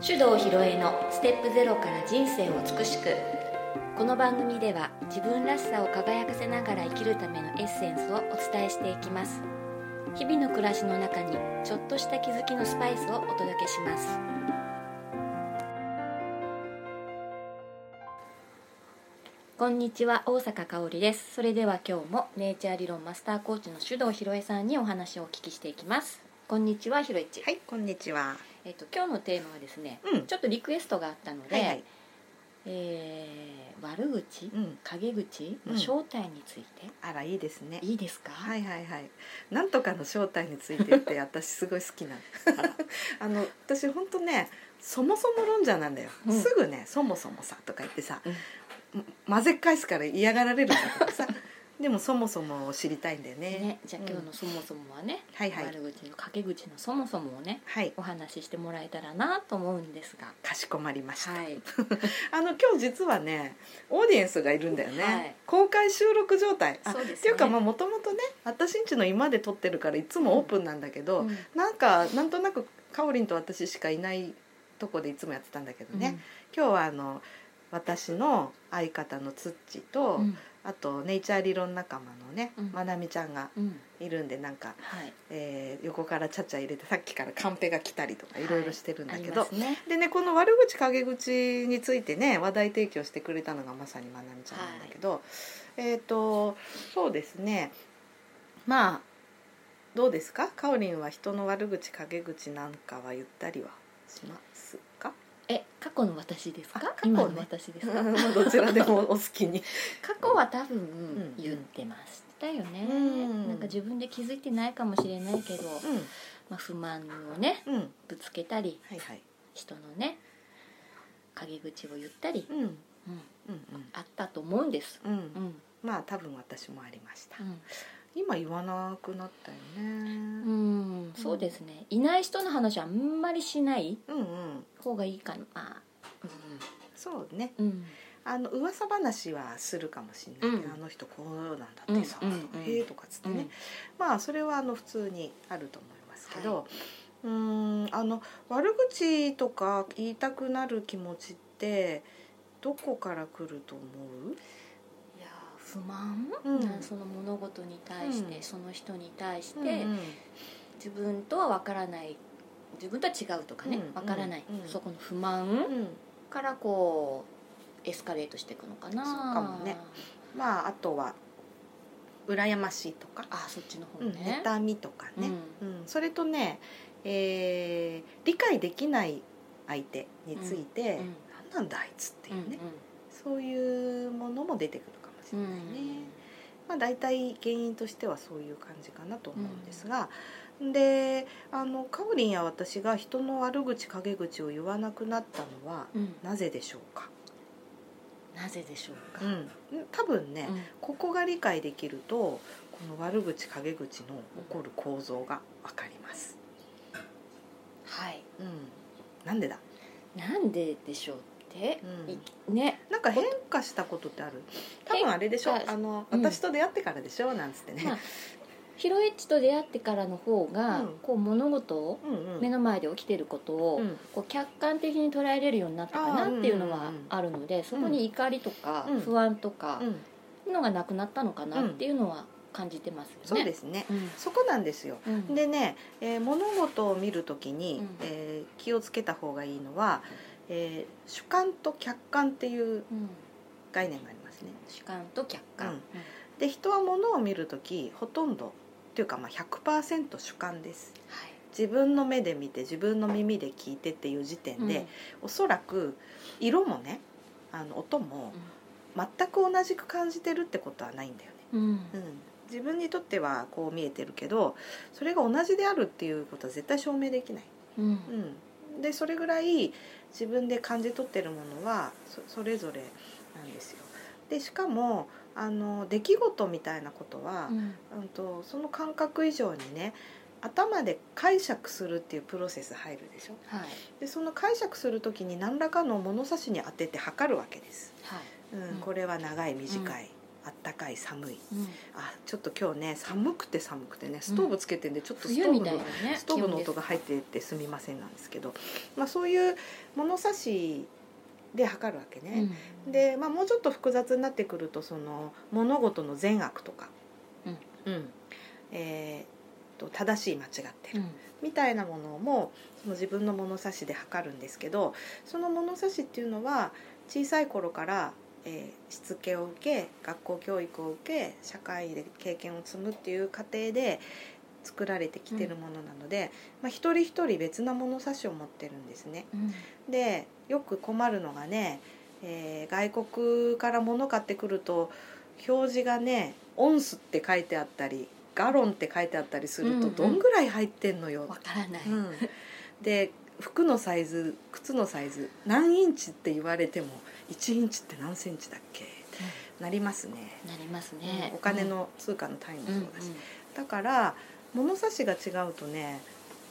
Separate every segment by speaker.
Speaker 1: 手動ひろえのステップゼロから人生を美しくこの番組では自分らしさを輝かせながら生きるためのエッセンスをお伝えしていきます日々の暮らしの中にちょっとした気づきのスパイスをお届けしますこんにちは大阪香織ですそれでは今日もネイチャー理論マスターコーチの手動ひろえさんにお話をお聞きしていきますこんにちはひろいち、
Speaker 2: はい、こんにちは。
Speaker 1: えっと今日のテーマはですね、
Speaker 2: うん
Speaker 1: ちょっとリクエストがあったので、
Speaker 2: はいはい。
Speaker 1: えー悪口、
Speaker 2: うん。
Speaker 1: 陰口
Speaker 2: う
Speaker 1: の
Speaker 2: ん
Speaker 1: 正体について、
Speaker 2: あらいいですね。
Speaker 1: いいですか、
Speaker 2: はいはいはい。なんとかの正体についてっ て私すごい好きなの。 あの私本当ね、そもそも論者なんだよ。
Speaker 1: うん
Speaker 2: すぐね、そもそもさとか言ってさ、
Speaker 1: うん
Speaker 2: ま混ぜっ返すから嫌がられるんだけどさ。 でもそもそもを知りたいんだよね。
Speaker 1: ね、じゃあ今日
Speaker 2: う
Speaker 1: の
Speaker 2: ん
Speaker 1: そもそもはね、
Speaker 2: はいはい
Speaker 1: 悪口の陰口のそもそもをね
Speaker 2: はい。
Speaker 1: お話ししてもらえたらなと思うんですが
Speaker 2: かしこまりました。
Speaker 1: はい
Speaker 2: あの今日実はね、オーディエンスがいるんだよね。
Speaker 1: はい
Speaker 2: 公開収録状態。あ
Speaker 1: そうですね
Speaker 2: っていうかまあもともとね、私んちの今で撮ってるからいつもオープンなんだけど。
Speaker 1: うん
Speaker 2: なんかなんとなくかおりんと私しかいないとこでいつもやってたんだけどね、今日はあの私の相方のつっちと、
Speaker 1: うん
Speaker 2: あとネイチャー理論仲間のね、
Speaker 1: うん
Speaker 2: まなみちゃんが
Speaker 1: うん
Speaker 2: いるんでなんか、
Speaker 1: はい
Speaker 2: えー横からちゃちゃ入れてさっきからカンペが来たりとかいろいろしてるんだけど、
Speaker 1: ありますね
Speaker 2: でねこの悪口陰口についてね話題提供してくれたのがまさにまなみちゃんなんだけど、えっ、とそうですねまあどうですかかおりんは人の悪口陰口なんかは言ったりはします か
Speaker 1: え過去の私ですか
Speaker 2: あ過去ね
Speaker 1: 今の私ですか
Speaker 2: まあどちらでもお好きに
Speaker 1: 過去は多
Speaker 2: ん
Speaker 1: 分言ってましたよね、
Speaker 2: うん
Speaker 1: なんか自分で気づいてないかもしれないけど、
Speaker 2: う
Speaker 1: まあ、不満をね
Speaker 2: んうん
Speaker 1: ぶつけたり
Speaker 2: はいはい
Speaker 1: 人のね陰口を言ったり、
Speaker 2: うんうん
Speaker 1: うん
Speaker 2: うん
Speaker 1: あったと思うんです、
Speaker 2: うん、
Speaker 1: うん
Speaker 2: まあ多分私もありました
Speaker 1: う
Speaker 2: 今言わなくなったよね、
Speaker 1: んうん、そうですねいない人の話はあんまりしない
Speaker 2: うんうん
Speaker 1: 方がいいかな、
Speaker 2: そうね
Speaker 1: うんうん、
Speaker 2: あの噂話はするかもしれないけ
Speaker 1: う
Speaker 2: ど、
Speaker 1: ん
Speaker 2: あの人こうなんだってさ、
Speaker 1: うんうんうん
Speaker 2: へえとかつってね、まあそれはあの普通にあると思いますけど、
Speaker 1: は
Speaker 2: うーんあの悪口とか言いたくなる気持ちってどこから来ると思う
Speaker 1: いや不満、
Speaker 2: うん
Speaker 1: なその物事に対して、
Speaker 2: うん
Speaker 1: その人に対して、
Speaker 2: うんうん
Speaker 1: 自分とは分からない自分とは違うとかね、
Speaker 2: うんうん
Speaker 1: 分からない、
Speaker 2: うん
Speaker 1: そこの不満
Speaker 2: うん
Speaker 1: からこうエスカレートしていくのかな
Speaker 2: そうかもねまああとは羨ましいとか、
Speaker 1: あそっちの方
Speaker 2: うん、
Speaker 1: ね、
Speaker 2: 妬みとか
Speaker 1: うん
Speaker 2: ね、うんそれとね、えー理解できない相手について、
Speaker 1: うんうん
Speaker 2: 何なんだあいつっていうね、
Speaker 1: うんうん
Speaker 2: そういうものも出てくるかもしれないね。まあ、大体原因としてはそういう感じかなと思うんですが、であのカオリンや私が人の悪口陰口を言わなくなったのは
Speaker 1: うん
Speaker 2: なぜでしょうか、
Speaker 1: なぜでしょうか、
Speaker 2: うん、多分ね、
Speaker 1: うん
Speaker 2: ここが理解できるとこの悪口陰口の起こる構造が分かります。
Speaker 1: はい
Speaker 2: うん、なんでだ、
Speaker 1: なんででしょうって
Speaker 2: う、
Speaker 1: い
Speaker 2: ん、
Speaker 1: ね
Speaker 2: なんか変化したことってある多分あれでしょ
Speaker 1: 変化
Speaker 2: あの、
Speaker 1: うん
Speaker 2: 私と出会ってからでしょなんつってね。
Speaker 1: まあヒロエッチと出会ってからの方が、
Speaker 2: うん
Speaker 1: こう物事を
Speaker 2: うんうん
Speaker 1: 目の前で起きてることを、
Speaker 2: うん
Speaker 1: こう客観的に捉えれるようになったかなっていうのはあるので、そこに怒りとか
Speaker 2: うん
Speaker 1: 不安とか
Speaker 2: うん
Speaker 1: のがなくなったのかなっていうのは感じてますよね。
Speaker 2: そうですね。
Speaker 1: うん
Speaker 2: そこなんですよ。
Speaker 1: うん
Speaker 2: でね、えー物事を見るときに、
Speaker 1: うん
Speaker 2: えー気をつけた方がいいのは、えー主観と客観っていう
Speaker 1: うん
Speaker 2: 概念がありますね。
Speaker 1: 主観と客観、
Speaker 2: で人は物を見るときほとんどっていうかまあ100%主観です。自分の目で見て自分の耳で聞いてっていう時点
Speaker 1: はい、
Speaker 2: で、おそらく色もねあの音も全く同じく感じてるってことはないんだよね。
Speaker 1: うんうん
Speaker 2: うん、自分にとってはこう見えてるけどそれが同じであるっていうことは絶対証明できない、
Speaker 1: うん
Speaker 2: うん、でそれぐらい自分で感じ取ってるものはそそれぞれなんですよでしかもあの出来事みたいなことは
Speaker 1: う、ん
Speaker 2: うん、とその感覚以上にね頭で解釈するっていうプロセス入るでしょ
Speaker 1: はい
Speaker 2: でその解釈する時に何らかの物差しに当てて測るわけです、
Speaker 1: はい
Speaker 2: うん
Speaker 1: うん
Speaker 2: これは長い短い、あったかい寒い
Speaker 1: うん
Speaker 2: あちょっと今日ね寒くて寒くてねストーブつけてんで、ちょっとスト
Speaker 1: 冬
Speaker 2: ーブ
Speaker 1: みたい
Speaker 2: の
Speaker 1: なね
Speaker 2: ストーブの
Speaker 1: 気温です
Speaker 2: 音が入っててすみませんなんですけど、まあ、そういう物差しで測るわけね、で、まあ、もうちょっと複雑になってくるとその物事の善悪とか、うんえーと正しい間違って
Speaker 1: う
Speaker 2: る
Speaker 1: ん
Speaker 2: みたいなものもその自分の物差しで測るんですけどその物差しっていうのは小さい頃から、えーしつけを受け学校教育を受け社会で経験を積むっていう過程で作られてきてるものなので、まあ、一人一人別な物差しを持ってるんですね。
Speaker 1: うん
Speaker 2: でよく困るのがね、えー外国から物買ってくると表示がね「オンス」って書いてあったり「ガロン」って書いてあったりする
Speaker 1: うんう
Speaker 2: と
Speaker 1: ん
Speaker 2: どんぐらい入ってんのよ
Speaker 1: わからない、
Speaker 2: うん、で服のサイズ靴のサイズ何インチって言われても1インチって何センチだっけなりますね、
Speaker 1: なりますね、
Speaker 2: うんお金の通貨の単位も
Speaker 1: うん、
Speaker 2: そうだし、だから物差しが違うとね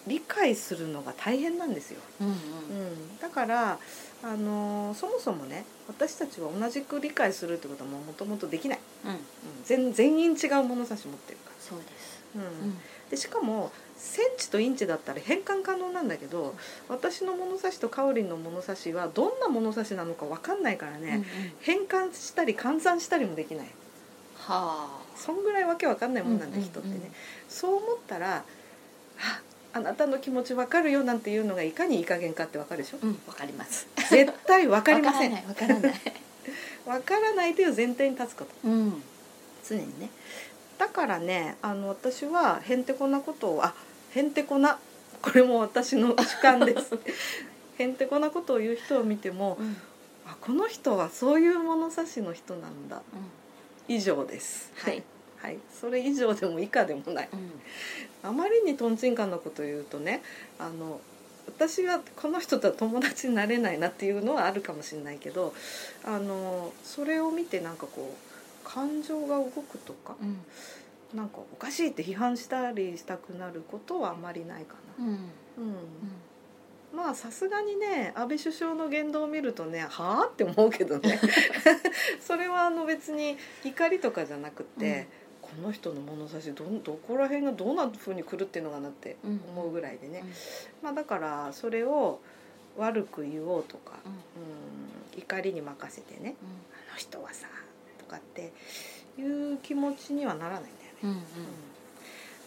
Speaker 2: 理解するのが大変なんですよ、
Speaker 1: うんうん
Speaker 2: う
Speaker 1: うん
Speaker 2: ん、だから、あのーそもそもね私たちは同じく理解するってことはもともとできない、
Speaker 1: うん
Speaker 2: うん、全全員違う物差し持ってるか
Speaker 1: そうです、
Speaker 2: ら、うん
Speaker 1: うん
Speaker 2: でしかもセンチとインチだったら変換可能なんだけど私の物差しとかおりんの物差しはどんな物差しなのか分かんないか
Speaker 1: うん
Speaker 2: ら
Speaker 1: うん
Speaker 2: ね、変換したり換算したりもできない
Speaker 1: は
Speaker 2: そんぐらいわけわかんないもんなんで
Speaker 1: うんうんうん
Speaker 2: 人ってね、そう思ったら「ああなたの気持ちわかるよ」なんていうのがいかにいい加減かってわかるでしょ
Speaker 1: あうんわかります
Speaker 2: 絶対わかりません
Speaker 1: わからないわからな い
Speaker 2: わからないという前提に立つこと
Speaker 1: うん
Speaker 2: 常にねだからねあの私はへんてこなことをあへんてこなこれも私の主観です へんてこなことを言う人を見ても
Speaker 1: うん
Speaker 2: あこの人はそういう物差しの人なんだ
Speaker 1: うん
Speaker 2: 以上です
Speaker 1: はい、
Speaker 2: はい、それ以上でも以下でもない
Speaker 1: うん
Speaker 2: あまりにとんちんかんなことを言うとねあの私はこの人とは友達になれないなっていうのはあるかもしれないけどあのそれを見てなんかこう感情が動くとか
Speaker 1: うん
Speaker 2: なんかおかしいって批判したりしたくなることはあまりないかな、
Speaker 1: うん
Speaker 2: う
Speaker 1: う
Speaker 2: ん
Speaker 1: ん
Speaker 2: まあさすがにね安倍首相の言動を見るとねはあって思うけど ねそれはあの別に怒りとかじゃなくて、この人の物差しどんどこら辺がどんな風に来るっていうのかなって思うぐらいでね、まあ、だからそれを悪く言おうとか、
Speaker 1: うん
Speaker 2: うん、怒りに任せてね「あの人はさ」とかっていう気持ちにはならないんだよね。
Speaker 1: うんうん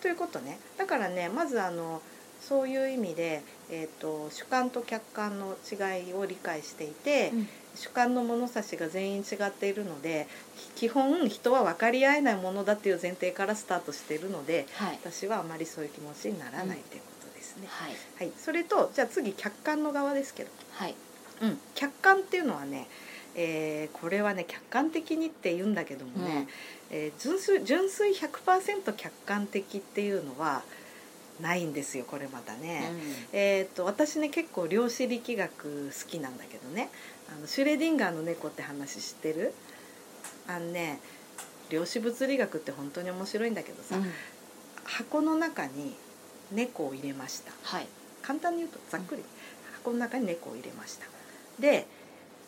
Speaker 2: ということねだからねまずあのそういう意味で、えー、と主観と客観の違いを理解していて、
Speaker 1: うん
Speaker 2: 主観の物差しが全員違っているので基本人は分かり合えないものだっていう前提からスタートしているので
Speaker 1: はい
Speaker 2: 私はあまりそういう気持ちにならないということですね。
Speaker 1: はい
Speaker 2: はい、それとじゃあ次客観の側ですけど、
Speaker 1: はい
Speaker 2: うん、客観っていうのはね、えーこれはね客観的にって言うんだけどもね、
Speaker 1: うん
Speaker 2: えー純粋純粋100%客観的っていうのはないんですよこれまたね。えー、と私ね結構量子力学好きなんだけどねあのシュレディンガーの猫って話知ってるあのね量子物理学って本当に面白いんだけど
Speaker 1: う
Speaker 2: さ、
Speaker 1: んうん
Speaker 2: 箱の中に猫を入れました
Speaker 1: はい
Speaker 2: 簡単に言うとざっくり箱の中に猫を入れましたで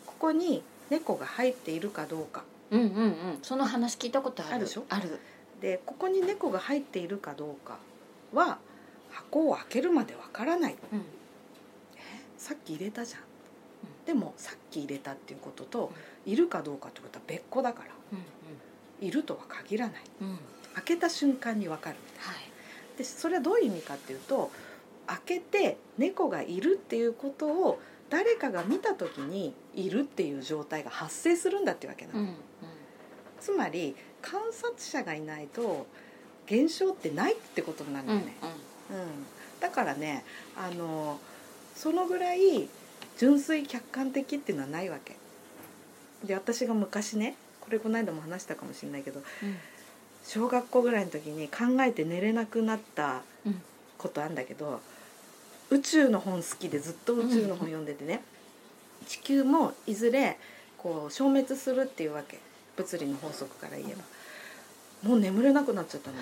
Speaker 2: ここに猫が入っているかどうか
Speaker 1: うんうんうんその話聞いたことある
Speaker 2: あるでしょ
Speaker 1: ある
Speaker 2: でここに猫が入っているかどうかは箱を開けるまでわからない
Speaker 1: うん
Speaker 2: さっき入れたじゃんでもさっき入れたっていうことといるかどうかってことは別個だから
Speaker 1: うん
Speaker 2: いるとは限らない
Speaker 1: うんうん
Speaker 2: 開けた瞬間にわかる
Speaker 1: はい
Speaker 2: でそれはどういう意味かっていうと開けて猫がいるっていうことを誰かが見た時にいるっていう状態が発生するんだっていうわけなの、
Speaker 1: うんうん
Speaker 2: つまり観察者がいないと現象ってないってことなんだ
Speaker 1: うん
Speaker 2: よ
Speaker 1: うん
Speaker 2: ね、うんだからねあのそのぐらい純粋客観的っていうのはないわけで私が昔ねこれこの間も話したかもしれないけど小学校ぐらいの時に考えて寝れなくなった
Speaker 1: うん
Speaker 2: ことあんだけど、宇宙の本好きでずっと宇宙の本読んでてね、地球もいずれこう消滅するっていうわけ物理の法則から言えば、もう眠れなくなっちゃったの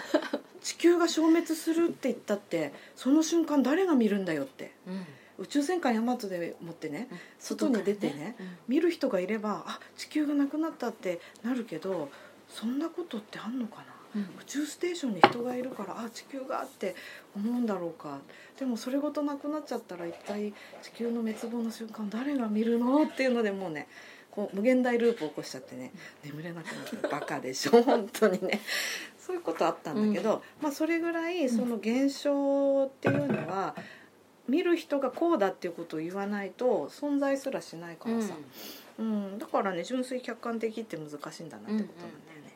Speaker 2: 地球が消滅するって言ったってその瞬間誰が見るんだよって
Speaker 1: うんうん
Speaker 2: 宇宙戦艦ヤマトで持ってね外に出てね
Speaker 1: うん
Speaker 2: 見る人がいればあ地球がなくなったってなるけどそんなことってあんのかな
Speaker 1: うん
Speaker 2: 宇宙ステーションに人がいるからあ地球がって思うんだろうかでもそれごとなくなっちゃったら一体地球の滅亡の瞬間誰が見るのっていうのでもうねこう無限大ループを起こしちゃってね眠れなくなるバカでしょ 本当にねそういうことあったんだけど、まあ、それぐらいその現象っていうのは見る人がこうだっていうことを言わないと存在すらしないからさ、うん、だからね純粋客観的って難しいんだなってことなんだよね。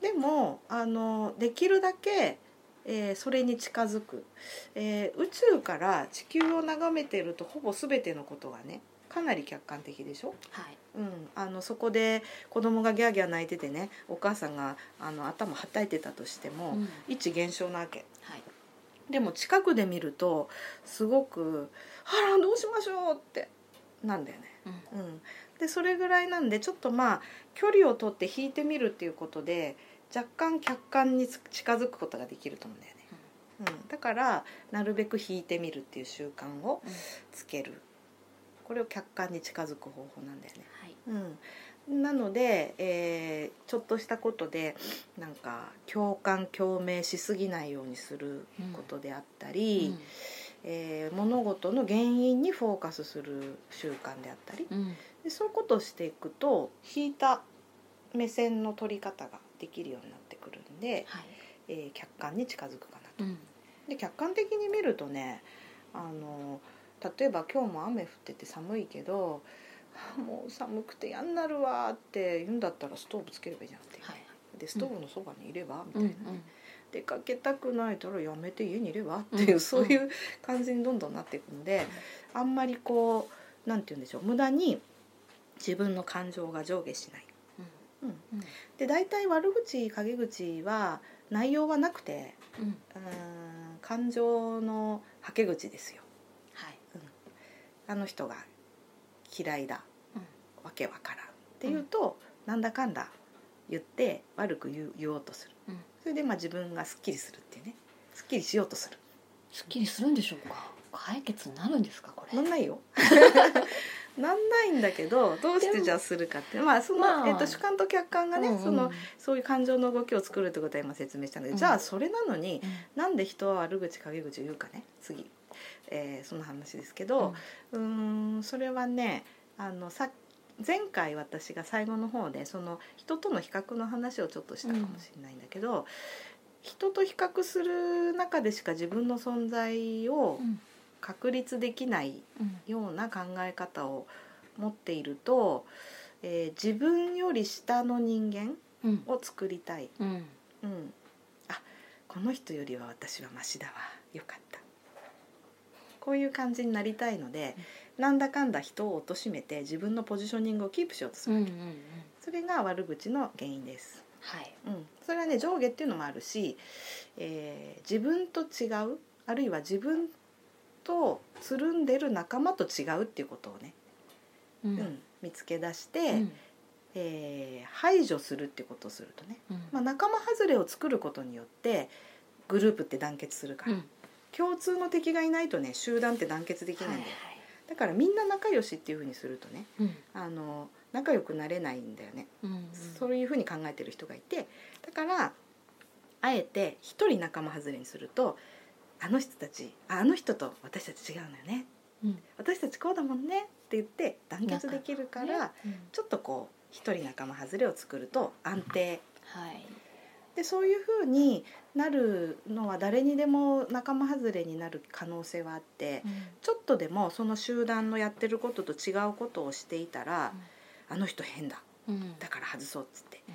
Speaker 2: でもあのできるだけ、えーそれに近づく、えー宇宙から地球を眺めてるとほぼ全てのことがねかなり客観的でしょ、
Speaker 1: はい
Speaker 2: うん、あのそこで子供がギャーギャー泣いててねお母さんがあの頭はたいてたとしても、
Speaker 1: うん
Speaker 2: 一現象なわけ
Speaker 1: はい
Speaker 2: でも近くで見るとすごく「あらどうしましょう」ってなんだよね。
Speaker 1: うん
Speaker 2: うん、でそれぐらいなんでちょっとまあ距離を取って引いてみるっていうことで若干客観につ近づくことができると思うんだよね、うん、だからなるべく引いてみるっていう習慣を
Speaker 1: うん
Speaker 2: つける、これを客観に近づく方法なんだよね
Speaker 1: はい
Speaker 2: うん、なので、えーちょっとしたことでなんか共感共鳴しすぎないようにすることであったり、えー物事の原因にフォーカスする習慣であったり
Speaker 1: うんうん
Speaker 2: でそういうことをしていくと引いた目線の取り方ができるようになってくるんで、
Speaker 1: はい
Speaker 2: えー客観に近づくかなと。
Speaker 1: うん
Speaker 2: で客観的に見るとねあの例えば今日も雨降ってて寒いけどはあ「もう寒くて嫌になるわ」って言うんだったらストーブつければいいじゃんって、
Speaker 1: はい
Speaker 2: でストーブのそばにいればみた
Speaker 1: う
Speaker 2: い
Speaker 1: んう
Speaker 2: な、
Speaker 1: ん
Speaker 2: 出かけたくないたらやめて家にいればっていう、
Speaker 1: うん
Speaker 2: そういう感じにどんどんなっていくので、あんまりこうなんて言うんでしょう無駄に自分の感情が上下しない。うん、
Speaker 1: うん
Speaker 2: で大体悪口陰口は内容はなくて
Speaker 1: うん
Speaker 2: うーん感情のはけ口ですよ
Speaker 1: はい
Speaker 2: あの人が嫌いだ、
Speaker 1: うん
Speaker 2: わけわからんっていうと、なんだかんだ言って悪く言う言おうとする、
Speaker 1: うん
Speaker 2: それでまあ自分がすっきりするっていうねすっきりしようとする
Speaker 1: すっきりするんでしょうか解決になるんですかこれ
Speaker 2: なんない よなんないんだけどどうしてじゃあするかってまあその、
Speaker 1: まあ
Speaker 2: えっと主観と客観がね、
Speaker 1: うんうん
Speaker 2: そのそういう感情の動きを作るってことは今説明したので、
Speaker 1: うん
Speaker 2: じゃあそれなのに
Speaker 1: うん
Speaker 2: なんで人は悪口陰口言うかね次、えーその話ですけど、うーんそれはねあのさ前回私が最後の方でその人との比較の話をちょっとしたかもしれないんだけど、人と比較する中でしか自分の存在を
Speaker 1: うん
Speaker 2: 確立できない
Speaker 1: うん
Speaker 2: ような考え方を持っていると、えー自分より下の人間
Speaker 1: うん
Speaker 2: を作りたい、
Speaker 1: うん
Speaker 2: うん、あこの人よりは私はマシだわよかったこういう感じになりたいので、なんだかんだ人を貶めて自分のポジショニングをキープしようとす
Speaker 1: うん
Speaker 2: る、
Speaker 1: うんうん
Speaker 2: それが悪口の原因です、
Speaker 1: はい
Speaker 2: うん、それはね上下っていうのもあるし、えー自分と違うあるいは自分とつるんでる仲間と違うっていうことをね、
Speaker 1: う
Speaker 2: うんん、見つけ出して、
Speaker 1: うん
Speaker 2: えー排除するっていうことをするとね
Speaker 1: うん
Speaker 2: まあ、仲間外れを作ることによってグループって団結するから、
Speaker 1: うん
Speaker 2: 共通の敵がいないとね集団って団結できないんだよ、
Speaker 1: はい
Speaker 2: だからみんな仲良しっていうふうにするとね
Speaker 1: うん
Speaker 2: あの仲良くなれないんだよね、
Speaker 1: うんうん
Speaker 2: そういうふうに考えてる人がいてだからあえて一人仲間外れにするとあの人たちああの人と私たち違うのよね
Speaker 1: うん
Speaker 2: 私たちこうだもんねって言って団結できるから、
Speaker 1: うん
Speaker 2: ちょっとこう一人仲間外れを作ると安定
Speaker 1: はい
Speaker 2: でそういうふうになるのは誰にでも仲間外れになる可能性はあって
Speaker 1: うん
Speaker 2: ちょっとでもその集団のやってることと違うことをしていたら、あの人変だ
Speaker 1: うん
Speaker 2: だから外そうっつって
Speaker 1: うん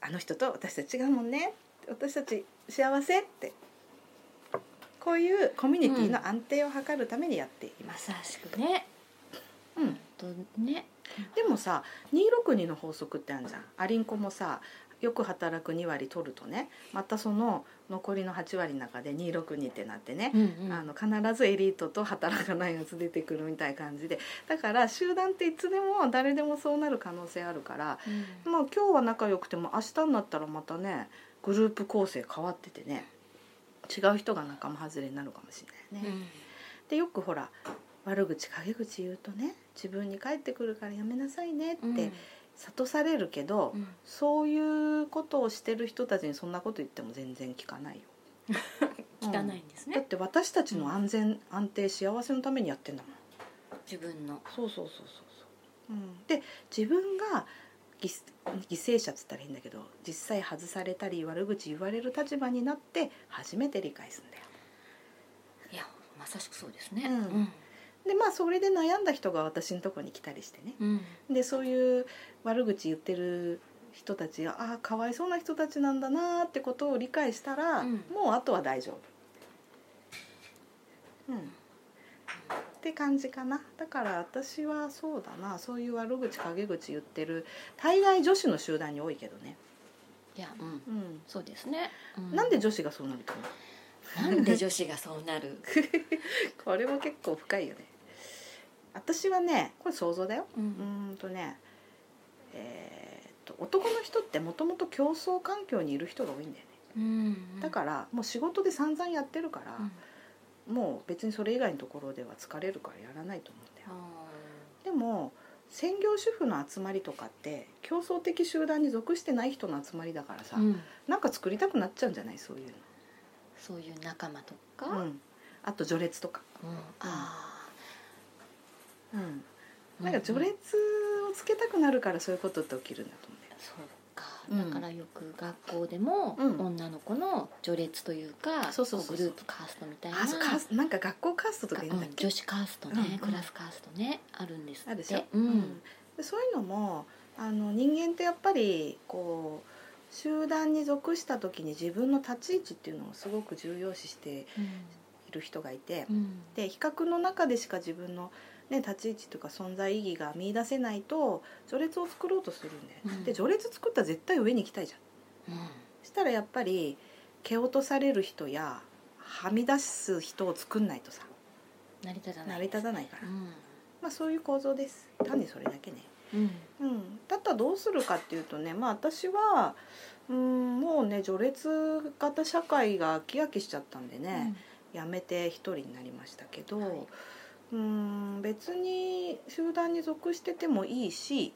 Speaker 2: あの人と私たち違うもんね私たち幸せってこういうコミュニティの安定を図るためにやっていま。
Speaker 1: ますさしくね
Speaker 2: うん
Speaker 1: とね
Speaker 2: でもさ262の法則ってあるじゃんアリンコもさよく働く2割取るとねまたその残りの8割の中で262ってなってね、
Speaker 1: うんうん
Speaker 2: あの必ずエリートと働かないやつ出てくるみたいな感じでだから集団っていつでも誰でもそうなる可能性あるから
Speaker 1: うん
Speaker 2: まあ今日は仲良くても明日になったらまたねグループ構成変わっててね違う人が仲間外れになるかもしれないね。でよくほら悪口陰口言うとね自分に返ってくるからやめなさいねって
Speaker 1: うんうん
Speaker 2: 諭されるけど、
Speaker 1: うん
Speaker 2: そういうことをしてる人たちにそんなこと言っても全然聞かない よ
Speaker 1: 汚いん
Speaker 2: うん
Speaker 1: です
Speaker 2: だっ
Speaker 1: ね、
Speaker 2: て私たちの安全、安定幸せのためにやってんだもん
Speaker 1: 自分の
Speaker 2: そうそうそうそうそう、うん、で自分が犠犠牲者っつったらいいんだけど実際外されたり悪口言われる立場になって初めて理解するんだよ
Speaker 1: いやまさしくそうですね
Speaker 2: うんでまあそれで悩んだ人が私のとこに来たりしてね
Speaker 1: うん、うん
Speaker 2: でそういう悪口言ってる人たちがああかわいそうな人たちなんだなーってことを理解したら、
Speaker 1: うん
Speaker 2: もうあとは大丈夫。うんって感じかなだから私はそうだなそういう悪口陰口言ってる大概女子の集団に多いけどね、
Speaker 1: いやうん
Speaker 2: うん
Speaker 1: そうですね、う
Speaker 2: なんで女子がそうなる と思う
Speaker 1: なんで女子がそうな る、
Speaker 2: これも結構深いよね私はねこれ想像だよ
Speaker 1: う
Speaker 2: うー
Speaker 1: ん
Speaker 2: んとねえーっと男の人ってもともと競争環境にいる人が多いんだよね
Speaker 1: うん、
Speaker 2: だからもう仕事で散々やってるから
Speaker 1: ら、うん、
Speaker 2: もう別にそれ以外のところでは疲れるからやらないと思うんだよ
Speaker 1: あ
Speaker 2: でも専業主婦の集まりとかって競争的集団に属してない人の集まりだからさ、
Speaker 1: ーうん、
Speaker 2: なんか作りたくなっちゃうんじゃないそういう
Speaker 1: そういう仲間とか、
Speaker 2: の、うん、あと序列とか、
Speaker 1: うんあ
Speaker 2: うん、
Speaker 1: ー
Speaker 2: なんか序列をつけたくなるからそういうことって起きるんだと思うんだよ
Speaker 1: そうか、
Speaker 2: うん
Speaker 1: だからよく学校でも、
Speaker 2: うん
Speaker 1: 女の子の序列というか
Speaker 2: そうそうそうそう
Speaker 1: こグループカーストみたいな
Speaker 2: あそうカースなんか学校カーストとか言うんだっ
Speaker 1: うん
Speaker 2: け、
Speaker 1: 女子カーストね、
Speaker 2: うん
Speaker 1: クラスカーストねあるんですって
Speaker 2: あるでしょ、
Speaker 1: うん
Speaker 2: でそういうのもあの人間ってやっぱりこう集団に属した時に自分の立ち位置っていうのをすごく重要視している人がいて、
Speaker 1: うんうん
Speaker 2: で比較の中でしか自分の、ね、立ち位置とか存在意義が見出せないと序列を作ろうとするんだよね、
Speaker 1: うん
Speaker 2: で序列作ったら絶対上に行きたいじゃん
Speaker 1: う
Speaker 2: したらやっぱり蹴落とされる人やはみ出す人を作んないとさ
Speaker 1: ん、成り立たない
Speaker 2: 成り立
Speaker 1: た
Speaker 2: たないから、
Speaker 1: うん
Speaker 2: まあ、そういう構造です単にそれだけね、
Speaker 1: うん
Speaker 2: うん、だったらどうするかっていうとねまあ私はうんもうね序列型社会が飽き飽きしちゃったんでね、辞めて一人になりましたけど、
Speaker 1: はいう
Speaker 2: ーん別に集団に属しててもいいし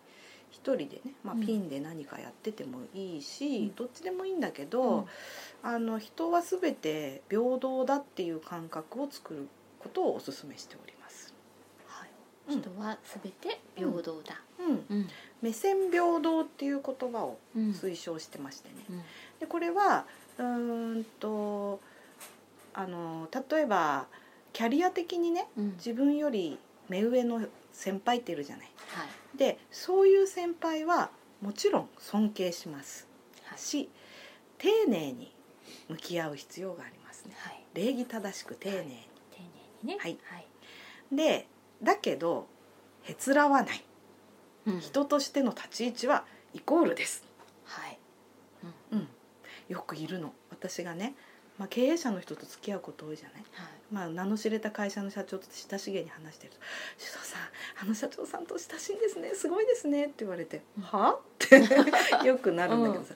Speaker 2: 一人でね、まあ、
Speaker 1: うん
Speaker 2: ピンで何かやっててもいいし、
Speaker 1: うん
Speaker 2: どっちでもいいんだけ
Speaker 1: うん
Speaker 2: ど、あの人は全て平等だっていう感覚を作ることをお勧めしております。
Speaker 1: はい
Speaker 2: うん
Speaker 1: 人は全て平等だ、
Speaker 2: うん、
Speaker 1: うん
Speaker 2: 目線平等っていう言葉を
Speaker 1: うん
Speaker 2: 推奨してましてね、
Speaker 1: うん
Speaker 2: でこれはうーんとあの例えばキャリア的にね
Speaker 1: うん、
Speaker 2: 自分より目上の先輩っているじゃない
Speaker 1: はい
Speaker 2: でそういう先輩はもちろん尊敬します
Speaker 1: はい
Speaker 2: し丁寧に向き合う必要がありますね
Speaker 1: はい
Speaker 2: 礼儀正しく丁寧に、
Speaker 1: 丁寧にね
Speaker 2: はい
Speaker 1: はい
Speaker 2: でだけどへつらわない
Speaker 1: うん、
Speaker 2: 人としての立ち位置はイコールです、
Speaker 1: はい
Speaker 2: うん、よくいるの私がね、まあ、経営者の人と付き合うこと多いじゃない
Speaker 1: はい
Speaker 2: まあ、名の知れた会社の社長と親しげに話してると「首藤さんあの社長さんと親しいんですねすごいですね」って言われて「
Speaker 1: うん
Speaker 2: は?」って よくなるんだけどさ、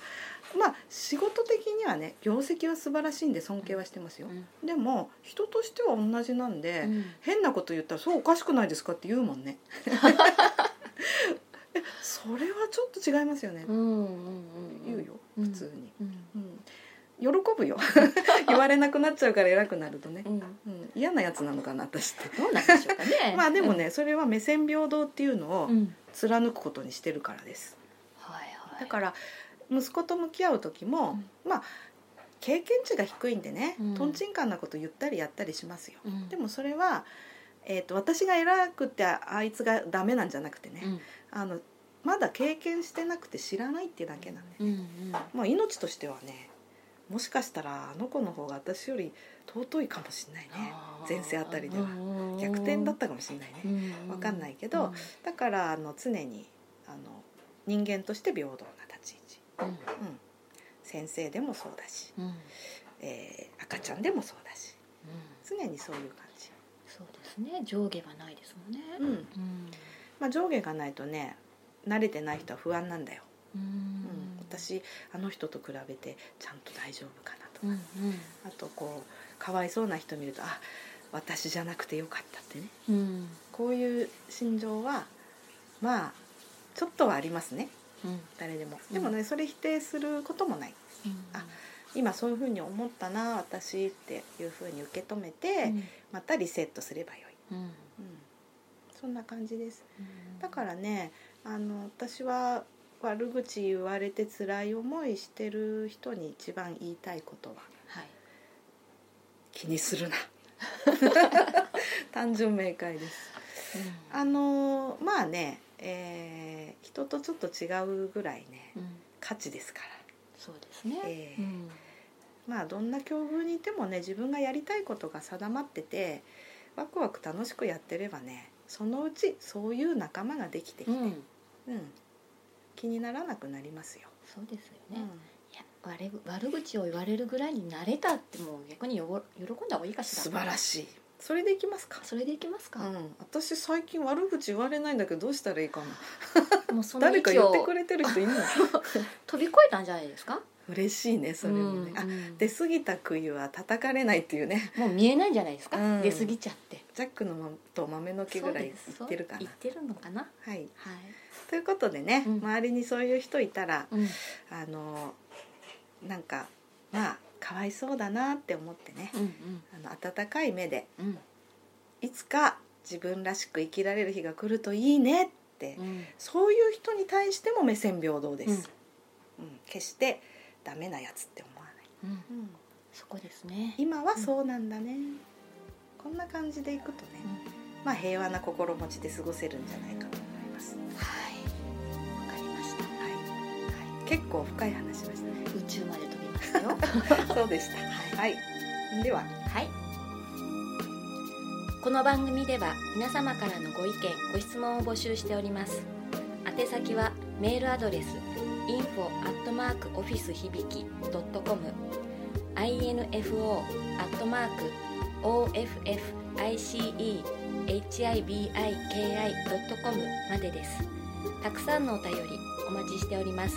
Speaker 2: まあ仕事的にはね業績は素晴らしいんで尊敬はしてますよ、
Speaker 1: うん
Speaker 2: でも人としては同じなんで、
Speaker 1: うん
Speaker 2: 変なこと言ったら「そうおかしくないですか?」って言うも んね。 えそれはちょっと違いますよね、
Speaker 1: うんうんうん
Speaker 2: 言うよ
Speaker 1: うん
Speaker 2: 普通に、
Speaker 1: うん
Speaker 2: うん喜ぶよ 言われなくなっちゃうから偉くなるとね
Speaker 1: う、ん
Speaker 2: うん、嫌なやつなのかな私って
Speaker 1: どうなんでしょうかね
Speaker 2: まあでもねそれは目線平等っていうのを
Speaker 1: うん
Speaker 2: 貫くことにしてるからです
Speaker 1: はいはい
Speaker 2: だから息子と向き合う時も、まあ経験値が低いんでね、
Speaker 1: うん
Speaker 2: とんちんかんなこと言ったりやったりしますよ、
Speaker 1: うん
Speaker 2: でもそれは、えー、と私が偉くてああいつがダメなんじゃなくてね、
Speaker 1: うん
Speaker 2: あのまだ経験してなくて知らないってだけなんで、
Speaker 1: うんうん
Speaker 2: もう命としてはねもしかしたらあの子の方が私より尊いかもしれないね
Speaker 1: あー
Speaker 2: 前世あたりでは
Speaker 1: うん
Speaker 2: 逆転だったかもしれないね、
Speaker 1: うん
Speaker 2: わかんないけどだからあの常にあの人間として平等な立ち
Speaker 1: うん
Speaker 2: 位置、うん、先生でもそうだし、
Speaker 1: うんうん
Speaker 2: えー赤ちゃんでもそうだし常にそういう感じ、
Speaker 1: そうですね上下はないですもんね
Speaker 2: うん
Speaker 1: うん
Speaker 2: まあ、上下がないとね慣れてない人は不安なんだよ、
Speaker 1: う
Speaker 2: うん
Speaker 1: ん
Speaker 2: 私あの人と比べてちゃんと大丈夫かなとか、
Speaker 1: うんうん
Speaker 2: あとこうかわいそうな人見るとあ私じゃなくてよかったってね
Speaker 1: うん
Speaker 2: こういう心情はまあちょっとはありますね
Speaker 1: うん
Speaker 2: 誰でも
Speaker 1: うん
Speaker 2: でもねそれ否定することもないあ今そういうふうに思ったな私っていうふうに受け止めて、またリセットすればよい、
Speaker 1: うんうん
Speaker 2: うん、そんな感じです
Speaker 1: うん
Speaker 2: だからねあの私は悪口言われて辛い思いしてる人に一番言いたいことは
Speaker 1: はい
Speaker 2: 気にする な単純明快です
Speaker 1: うん
Speaker 2: あのまあね、えー人とちょっと違うぐらいね
Speaker 1: うん
Speaker 2: 価値ですか
Speaker 1: そうですね
Speaker 2: ら、え
Speaker 1: う
Speaker 2: ー
Speaker 1: ん
Speaker 2: まあどんな境遇にいてもね自分がやりたいことが定まっててワクワク楽しくやってればねそのうちそういう仲間ができてきて、
Speaker 1: うん
Speaker 2: うん気にならなくなりますよ。
Speaker 1: そうですよ
Speaker 2: う
Speaker 1: ね
Speaker 2: ん
Speaker 1: いや悪ぐ悪口を言われるぐらいに慣れたってもう逆によご喜んだ方がいいかしら
Speaker 2: 素晴ら
Speaker 1: い
Speaker 2: しいそれでいきますか
Speaker 1: それでいきます
Speaker 2: う
Speaker 1: か
Speaker 2: ん、私最近悪口言われないんだけどどうしたらいいかな
Speaker 1: もうその
Speaker 2: 誰
Speaker 1: 域
Speaker 2: か言って
Speaker 1: を
Speaker 2: くれてる人いるの
Speaker 1: 飛び越えたんじゃないですか
Speaker 2: 嬉しいねそれもね、
Speaker 1: うん
Speaker 2: あ
Speaker 1: うん
Speaker 2: 出過ぎた杭は叩かれないっていうね
Speaker 1: もう見えないんじゃないですか
Speaker 2: うん
Speaker 1: 出過ぎちゃって
Speaker 2: ジャックのまと豆の木ぐらい
Speaker 1: そうです
Speaker 2: 言ってるか
Speaker 1: そう
Speaker 2: な
Speaker 1: 言ってるのかな
Speaker 2: はい
Speaker 1: はい
Speaker 2: ということでね、
Speaker 1: うん
Speaker 2: 周りにそういう人いたら
Speaker 1: うん
Speaker 2: あのなんかまあかわいそうだなって思ってね
Speaker 1: うん
Speaker 2: あの温かい目で
Speaker 1: うん
Speaker 2: いつか自分らしく生きられる日が来るといいねって
Speaker 1: うん
Speaker 2: そういう人に対しても目線平等です、うん決してダメなやつって思わない、
Speaker 1: うんそこですね
Speaker 2: 今はそうなんだね、こんな感じでいくとね、まあ平和な心持ちで過ごせるんじゃないかと思います、
Speaker 1: はいわかりました
Speaker 2: はいはい、結構深い話でし
Speaker 1: 宇宙まで飛びましたよ
Speaker 2: たね そうでしたはい、では
Speaker 1: はい。この番組では皆様からのご意見、ご質問を募集しております。宛先はメールアドレス info office 響き .com、info office hibiki.com までです。たくさんのお便りお待ちしております。